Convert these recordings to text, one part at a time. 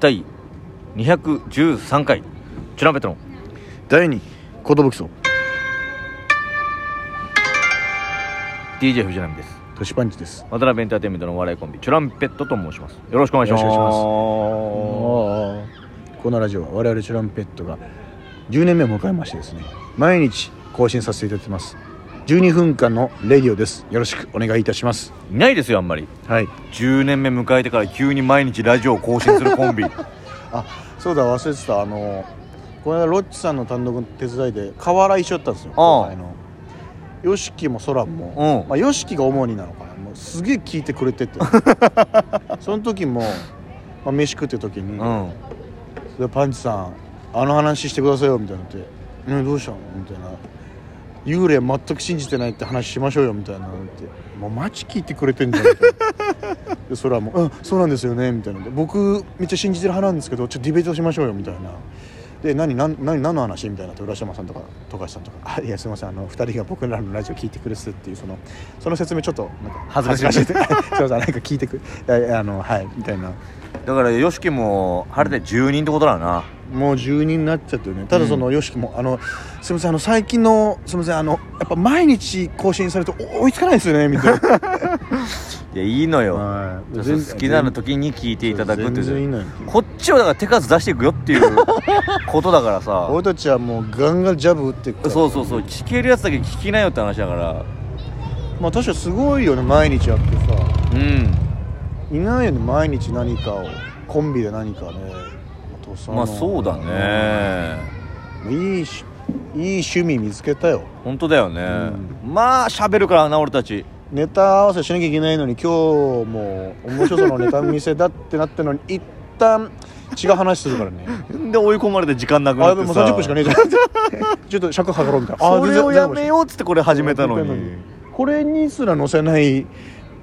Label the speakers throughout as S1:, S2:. S1: 第213回チュランペットの
S2: 第2コトブキソ
S1: DJ 藤波です
S2: トシパンチです
S1: 渡辺エンターテインメントのお笑いコンビチュランペットと申しますよろしくお願いします
S2: よろしくお願いしますこのラジオは我々チュランペットが10年目を迎えましてですね毎日更新させていただいてます12分間のレディオですよろしくお願いいたします
S1: いないですよあんまり
S2: はい
S1: 10年目迎えてから急に毎日ラジオを更新するコン ビ
S2: あそうだ忘れてたあのこの間ロッチさんの単独の手伝いで河原一緒だったんですよ
S1: ああ
S2: 後輩の YOSHIKI もソランも、
S1: うん
S2: まあ、YOSHIKI が主になのかなもうすげえ聞いてくれ ててその時も、まあ、飯食ってる時に、
S1: うん
S2: でパンチさんあの話してくださいよみたいになって「ねどうしたの?」みたいな「幽霊全く信じてないって話しましょうよ」みたいなのって「もうマジ聞いてくれてんじ ゃん」みたいなでそれはもう「うんそうなんですよね」みたいなで「僕めっちゃ信じてる派なんですけどちょっとディベートしましょうよ」みたいな。で何何何何の話みたいなと浦島さんとか富樫さんとか「あいやすいませんあの2人が僕らのラジオ聞いてくれてるっていうそのその説明ちょっとなんか
S1: 恥ずかしい
S2: 恥ずかしい すいませんなんか聞いてくああのはいみたいな
S1: だから YOSHIKI も晴れて10人ってことだな
S2: もう住人になっちゃってるねただその YOSHIKI も、あの「すみませんあの最近のすみませんあのやっぱ毎日更新されるとお追いつかないですよね」みたいな
S1: いやいいのよ
S2: はい
S1: そう
S2: 全
S1: そう
S2: 然
S1: 好きなの時に聞いていただくって
S2: 全然い
S1: いう
S2: いのよ
S1: こっちはだから手数出していくよっていうことだから さ
S2: 俺たちはもうガンガンジャブ打っていくから
S1: そうそうそう聞けるやつだけ聞きなよって話だから
S2: まあ確かにすごいよね毎日やってさ
S1: うん
S2: いないよね毎日何かをコンビで何かねあとさ
S1: まあそうだね
S2: いいしいい趣味見つけたよ
S1: 本当だよね、まあ喋るからな俺たち
S2: ネタ合わせしなきゃいけないのに今日も面白そうなネタ見せだってなってのに一旦違う話す るからね
S1: で追い込まれて時間なくな
S2: あ
S1: っ
S2: で
S1: て
S2: も
S1: さ
S2: 30分しかねえじゃんちょっと尺測ろうみたいな
S1: それをやめ
S2: う
S1: ようっつってこれ始めたのに
S2: これにすら載せない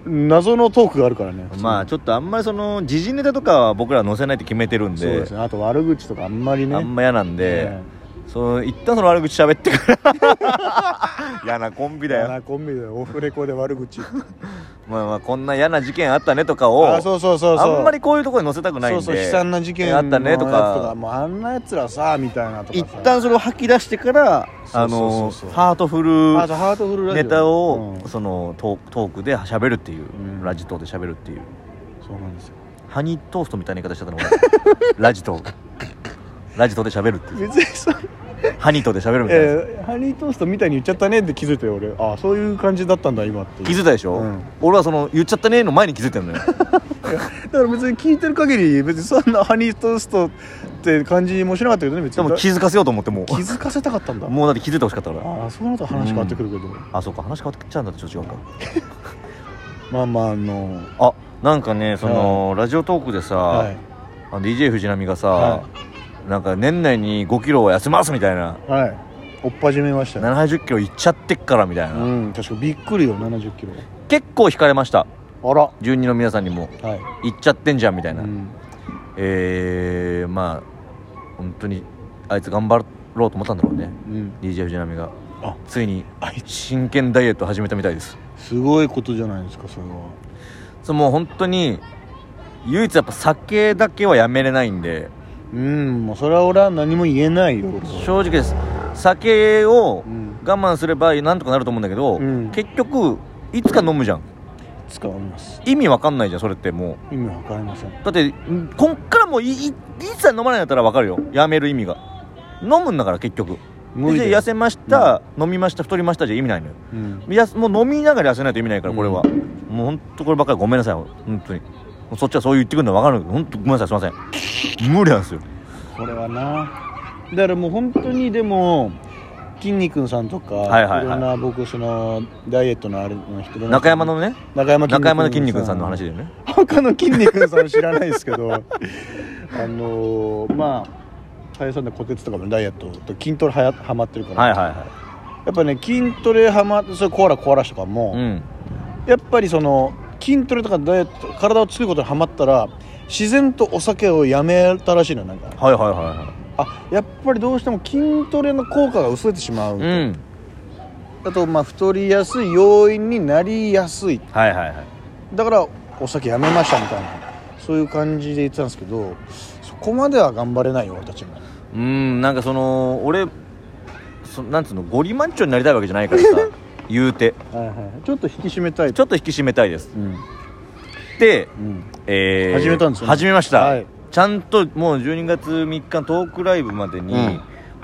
S2: 謎のトークがあるからね
S1: まあちょっとあんまりその時事ネタとかは僕ら載せないって決めてるんで
S2: そうですねあと悪口とかあんまりね
S1: あんま嫌なんで、
S2: ね
S1: その一旦その悪口喋ってから嫌なコンビだよ
S2: あコンビでオフレコで悪口
S1: まあまあこんな嫌な事件あったねとかを
S2: あそうそうそうそう
S1: あんまりこういうところに載せたくないん
S2: そ
S1: で
S2: うそう悲惨な事件
S1: あったねと
S2: のやつとか
S1: か
S2: もうあんなやつらさみたいなとかさ
S1: 一旦それを吐き出してから
S2: そ
S1: あ
S2: うそうそ
S1: の
S2: うそう
S1: ハートフ
S2: あ
S1: ル
S2: とハートフルラジオ
S1: ネタを
S2: うん
S1: そのトートークで喋るっていう、
S2: ん
S1: ラジトーで喋るっていう
S2: そうなんですよ
S1: ハニートーストみたいな言い方しちゃったの俺 ラジトーラジトーで喋るっていう
S2: 別にさ
S1: ハニートーで喋るみたいなやつ、
S2: えーハニートーストみたいに言っちゃったねって気づいたよ俺ああそういう感じだったんだ今っていう
S1: 気づいたでしょ、
S2: うん
S1: 俺はその言っちゃったねの前に気づいてるのよ
S2: だから別に聞いてる限り別にそんなハニートーストって感じもしなかったけどね別
S1: で
S2: に
S1: も気づかせようと思っても
S2: 気づかせたかったんだ
S1: うもうだって気づいてほしかったから
S2: ああそうなると話変わってくるけど、
S1: あそうか話変わってきちゃうんだってちょっと違うか
S2: まあまああの
S1: あなんかねその、ラジオトークでさ、
S2: はい
S1: あの DJ 藤波がさ、
S2: は
S1: なんか年内に5キロは痩せますみたいな
S2: はい追っ始めましたね
S1: 7 0キロいっちゃってっからみたいうな、
S2: ん確かびっくりよ7 0キロ
S1: 結構引かれました
S2: あら
S1: 12の皆さんにも
S2: はい、
S1: いっちゃってんじゃんみたいな、
S2: うん
S1: えー、まあ本当にあいつ頑張ろうと思ったんだろうね
S2: うん
S1: DJ 藤波が
S2: あ
S1: ついに
S2: あい
S1: 真剣ダイエット始めたみたいです
S2: すごいことじゃないですかそれは
S1: そうもう本当に唯一やっぱ酒だけはやめれないんで
S2: うんもうそれは俺は何も言えないよ、
S1: 正直です酒を
S2: うん、
S1: 我慢すればなんとかなると思うんだけど、
S2: うん
S1: 結局いつか飲むじゃん
S2: 使われます
S1: 意味わかんないじゃんそれっても
S2: 意味わかりません
S1: うだってんこっからもういいいつは飲まないんだったらわかるよやめる意味が飲むんだから結局
S2: 無理だ
S1: で
S2: よ
S1: 痩せました、飲みました太りましたじゃ意味ないのよ
S2: うん
S1: やすもう飲みながら痩せないと意味ないからこれは、
S2: う
S1: もう本当こればっかりごめんなさい本当にそっちはそう言ってくるのは分かるけど本当ごめんなさいすいません無理なんですよ
S2: これはなだからもう本当にでも筋肉さんとか、
S1: はいはいはい
S2: ろんな僕そのダイエットのあれの人の
S1: 中山のね
S2: 中山
S1: 中山の筋肉さんの話だ
S2: で
S1: よね
S2: 他の筋肉さん知らないですけど あのーまあ林さんで虎鉄とかもダイエットと筋トレはやはまってるから、
S1: はいはいは
S2: やっぱね筋トレはまってそれコアラコアラシとかも、
S1: いうん
S2: やっぱりその筋トレとかダイエット体を作ることにはまったら自然とお酒をやめたらしいのよなんか
S1: はいはいは
S2: あやっぱりどうしても筋トレの効果が薄れてしまう、
S1: いはいうん
S2: あとまあ太りやすい要因になりやすい
S1: はいはいはい
S2: だからお酒やめましたみたいなそういう感じで言ってたんですけどそこまでは頑張れないよ俺たちも
S1: うんなんかその俺そなんつうのゴリマンチョになりたいわけじゃないからさ 言うて
S2: はいはいちょっと引き締めたい
S1: ちょっと引き締めたいです
S2: うん
S1: で、
S2: うん
S1: えー
S2: 始めたんですよね
S1: 始めました、
S2: はい
S1: ちゃんともう12月3日のトークライブまでに、
S2: うん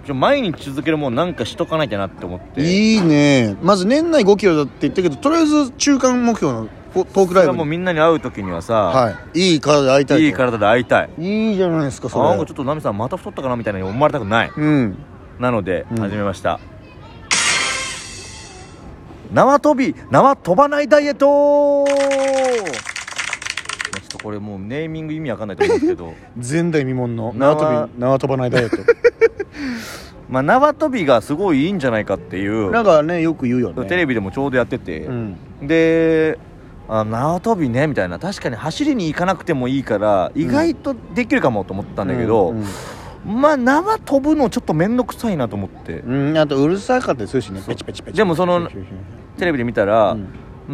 S1: ちょ毎日続けるもんなんかしとかなきゃなって思って
S2: いいねまず年内5キロだって言ったけどとりあえず中間目標のこトーク
S1: そ
S2: ラ
S1: れ
S2: イ
S1: は
S2: ブ
S1: もう
S2: に
S1: みんなに会う時にはさ、
S2: はいいい体で会いたいと
S1: いい体で会いたい
S2: いいじゃないですかそ
S1: あな
S2: れ
S1: んかちょっとナミさんまた太ったかなみたいなに思われたくない
S2: うん
S1: なので
S2: うん
S1: 始めました、縄跳び縄飛ばないダイエットちょっとこれもうネーミング意味わかんないと思うんですけ ど
S2: 前代未聞の縄
S1: 縄
S2: 跳び縄跳ばないダイエッ
S1: まあ縄跳びがすごいいいんじゃないかってい
S2: ト
S1: う
S2: なんかねよく言うよね
S1: テレ
S2: ビ
S1: ビでもちょうどやってて、
S2: うん
S1: であ縄跳びねみたいな確かに走りに行かなくてもいいから意外とできるかもと思ったんだけど、
S2: うん
S1: まあ縄飛ぶのちょっと面倒くさいなと思って、
S2: うんうんあとうるさかったりするしね
S1: そう
S2: ペチペチペチ
S1: でもその
S2: ペチペチペチ
S1: テレビで見たら、
S2: う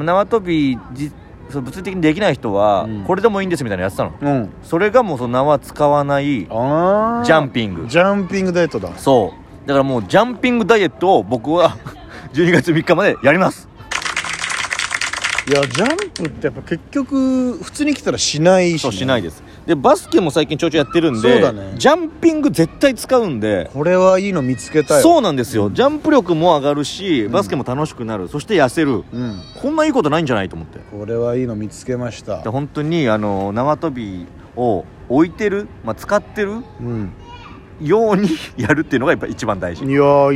S2: ん
S1: 縄跳びじその物理的にできない人は、
S2: うん
S1: これでもいいんですみたいなのやってたの
S2: うん
S1: それがもうその縄使わないジ
S2: ああ
S1: ャンピング
S2: ジャンピングダイエットだ
S1: そうだからもうジャンピングダイエットを僕 は12月3日までやります
S2: いやジャンプってやっぱ結局普通に来たらしないし、ね、
S1: そうしないですでバスケも最近ちょいちょいやってるん
S2: そう
S1: で、
S2: だね
S1: ジャンピング絶対使うんで
S2: これはいいの見つけたよ
S1: そううなんですよジャンプ力も上がるしバスケも楽しくなる、そして痩せる
S2: うん
S1: こんないいことないんじゃないと思って
S2: これはいいの見つけました
S1: で本当にあの縄跳びを置いてる、まあ、使ってる
S2: うん
S1: ように やるっていうのがやっぱ一番大事
S2: いやー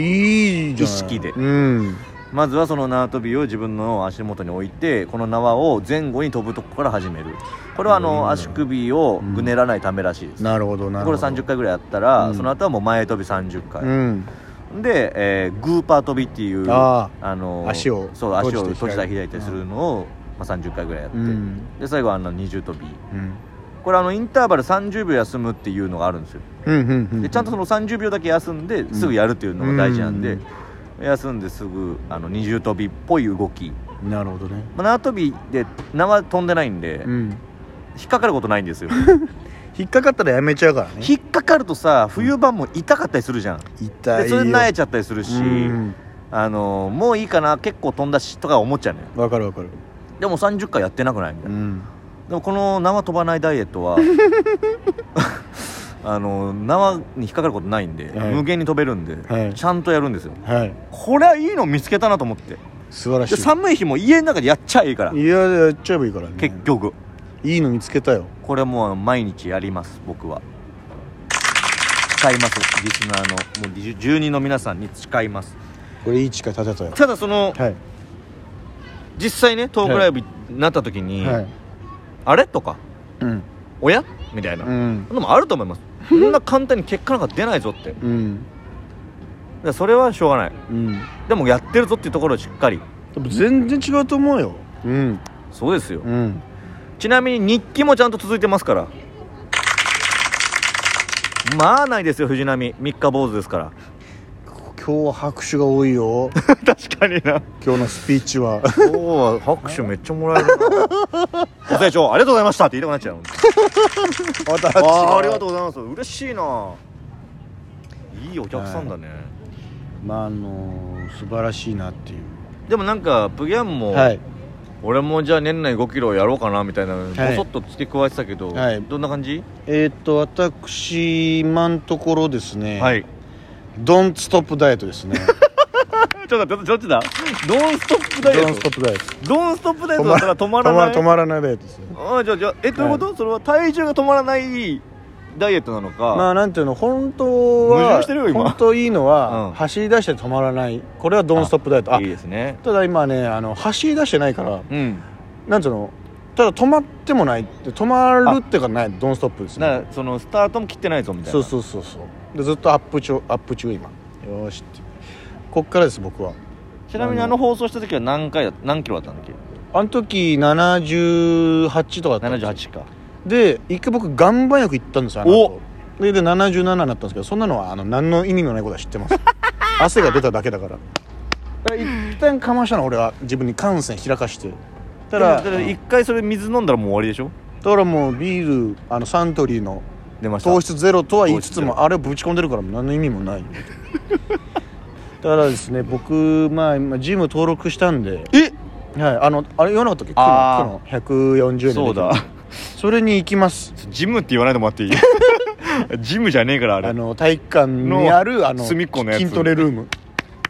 S2: いいじゃん
S1: 意識で
S2: うん
S1: まずはその縄跳びを自分の足元に置いてこの縄を前後に飛ぶとこから始めるこれはあ
S2: うん
S1: の足首をぐねらないためらしいです、
S2: なるほどなる
S1: これ
S2: ほど
S1: 30回ぐらいやったら、
S2: うん
S1: その後はもう前跳び30回、
S2: うん
S1: で、えーグーパー跳びっていう
S2: あ
S1: の
S2: 足を
S1: そう足を
S2: 閉
S1: 閉
S2: じ
S1: じた
S2: たり
S1: り開いたりするのを、まあ、30回ぐらいやっ
S2: あ
S1: て、
S2: うん
S1: で最後はあの二重跳び
S2: うん
S1: これあのインターバル30秒休むっていうのがあるんですよ
S2: うんうんうん
S1: でちゃんとその30秒だけ休んですぐやるっていうのが大事なんで、休んですぐあの二重跳びっぽい動き、
S2: なるほどね
S1: まあ、縄跳びで縄飛んでないんで、
S2: うん
S1: 引っかかることないんですよ
S2: 引っかかったらやめちゃうからね
S1: 引っかかるとさ冬場も痛かったりするじゃん、
S2: 痛い
S1: で
S2: よ
S1: それで慣れちゃったりするし、
S2: うん
S1: あのもういいかな結構飛んだしとか思っちゃうのよ
S2: わかるわかる
S1: でも30回やってなくないみたいな、
S2: ん
S1: でもこの縄飛ばないダイエット はあの縄に引っかかることないんで、
S2: はい
S1: 無限に飛べるんで、
S2: はい
S1: ちゃんとやるんですよ
S2: はい
S1: これはいいの見つけたなと思って
S2: 素晴らし
S1: で
S2: い
S1: 寒い日も家の中でやっちゃえばいいから
S2: いややっちゃえばいいからね
S1: 結局
S2: いいの見つけたよ
S1: これもう毎日やります僕は誓いますリスナーのもうじゅ住人の皆さんに誓います
S2: これいい誓い立てたよ
S1: ただその
S2: はい
S1: 実際ねトークライブになった時に、
S2: はい
S1: あれとか
S2: うん
S1: おやみたいな、
S2: うん
S1: そんなもあると思いますそんな簡単に結果なんか出ないぞってだか
S2: うん
S1: らそれはしょうがない
S2: うん
S1: でもやってるぞっていうところをしっかり
S2: でも全然違うと思うようん
S1: そうですよ、
S2: うん
S1: ちなみに日記もちゃんと続いてますからまあないですよ藤波三日坊主ですから
S2: 今日は拍手が多い よ
S1: 確かにな
S2: 今日のスピーチは
S1: 今日は拍手めっちゃもら えるなご清聴ありがとうございましたって言いたくなっちゃう
S2: また拍手
S1: あーありがとうございます嬉しいないいお客さんだね、
S2: まああのー素晴らしいなっていう
S1: でもなんかプギャンも、
S2: はい
S1: 俺もじゃあ年内5キロやろうかなみたいなの
S2: い
S1: ぼそっと付け加えてたけど、
S2: はい
S1: どんな感じ
S2: えーっと私今のところですね
S1: はい
S2: ドンストップダイエット ですね
S1: ちょっと待ってどっちだドンストップダイエ
S2: ドンス
S1: ット
S2: トップダイエット
S1: ドンストップダイエットだったら止まらない
S2: 止まらないダイエットですね
S1: あーじゃあじゃあえどういうこと、それは体重が止まらないダイエットなのか、
S2: まあなんていうの本当
S1: 矛
S2: は
S1: 盾してるよ今
S2: 本当いいのは、
S1: うん
S2: 走り出して止まらないこれはドンストップダイエットあ
S1: いいですね
S2: ただ今ねあの走り出してないから
S1: うん
S2: なんていうのただ止まってもないって止まるっていうかないドンストップですね
S1: だからそのスタートも切ってないぞみたいな
S2: そうそうそうそうでずっとアップ中アップ中今よーしってこっからです僕は
S1: ちなみにあの放送した時は何回だ何キロだったんだっけ
S2: あの時78とかだったんです
S1: 78
S2: よ
S1: か
S2: で一回僕岩盤浴行ったんですよあの後でで77になったんですけどそんなのはあの何の意味のないことは知って ます汗が出ただけだからだから一旦かましたの俺は自分に感染開かして
S1: た
S2: たら
S1: だ
S2: だ
S1: 一回それ水飲んだらもう終わりでしょ
S2: からもうビールあのサントリーの
S1: 出ました
S2: 糖質ゼロとは言いつつ
S1: 糖質ゼ
S2: もあれをぶち込んでるから何の意味もないよだからですね僕まあ今ジム登録したんで
S1: え
S2: はいあのあれ言わなかったっけ
S1: あ
S2: 区の140円でできる
S1: そうだ
S2: それに行きます
S1: ジムって言わないでもら っていいジムじゃねえからあれ
S2: あの体育館にある
S1: の
S2: あの
S1: 隅っこのやつ
S2: 筋トレルーム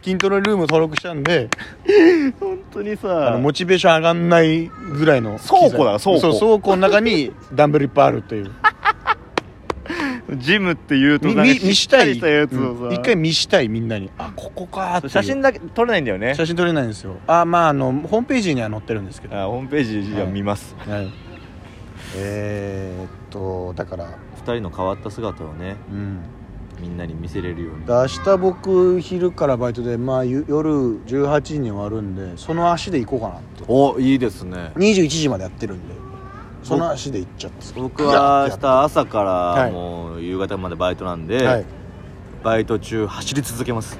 S2: 筋トレルーム登録したんで
S1: 本当に
S2: あ
S1: さ
S2: のモチベーション上がんないぐらいの機材
S1: 倉庫だ倉庫
S2: そう倉庫の中に ダンベルいっぱいあるという
S1: ジムって言うと
S2: み
S1: なんか
S2: 見
S1: し
S2: 見し
S1: っか
S2: た
S1: り
S2: い
S1: したやつを
S2: うん
S1: さ
S2: 一回見したいみんなにあここかーっていう
S1: 写真だけ撮れないんだよね
S2: 写真撮れないんですよあまああのホームページには載ってるんですけど、
S1: あホームページじゃ見ます
S2: はい、えー、っとだから
S1: 二人の変わった姿をね
S2: うん
S1: みんなに見せれるように
S2: で明日僕昼からバイトで、まあ、ゆ夜18時に終わるんでその足で行こうかなって
S1: おいいですね
S2: 21時までやってるんでその足で行っちゃって
S1: 僕は明日朝か
S2: は
S1: ら
S2: い
S1: もう夕方までバイトなん
S2: はい
S1: でバイト中走り続けます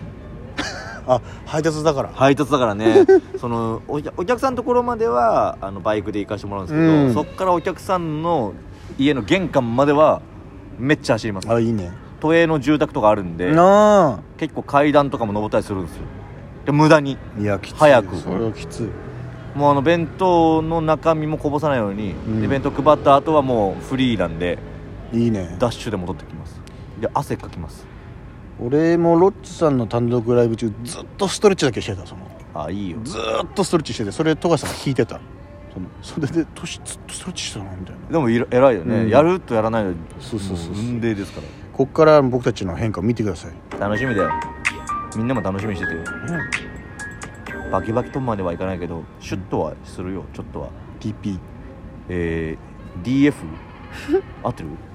S2: あ配達だから
S1: 配達だから ねそのお客お客さんのところまではあのバイクで行かしてもらうんですけど、
S2: うん
S1: そっからお客さんの家の玄関まではめっちゃ走ります
S2: あいいね
S1: 都営の住宅とかあるんで
S2: なあ
S1: 結構階段とかも登ったりするんですよで無駄に
S2: いやきつい
S1: 早く
S2: それはきつい
S1: もうあの弁当の中身もこぼさないように、
S2: ん
S1: で弁当配った後はもうフリーなんで
S2: いいね
S1: ダッシュで戻ってきますで汗かきます
S2: 俺もロッチさんの単独ライブ中ずっとストレッチだけしてたその
S1: あいいよ
S2: ずーっとストレッチしててそれ富樫さんが引いてたそのそれで年ずっとストレッチしてたなみたいな
S1: でもいろ偉いよね、
S2: うん
S1: やるとやらないの
S2: そうそうそうそう
S1: も運命ですか
S2: こっから僕たちの変化を見てください
S1: ら楽しみだよみんなも楽しみにしててよバキバキとまではいかないけどシュッとはするよちょっとは
S2: TP
S1: えー、DF 合ってる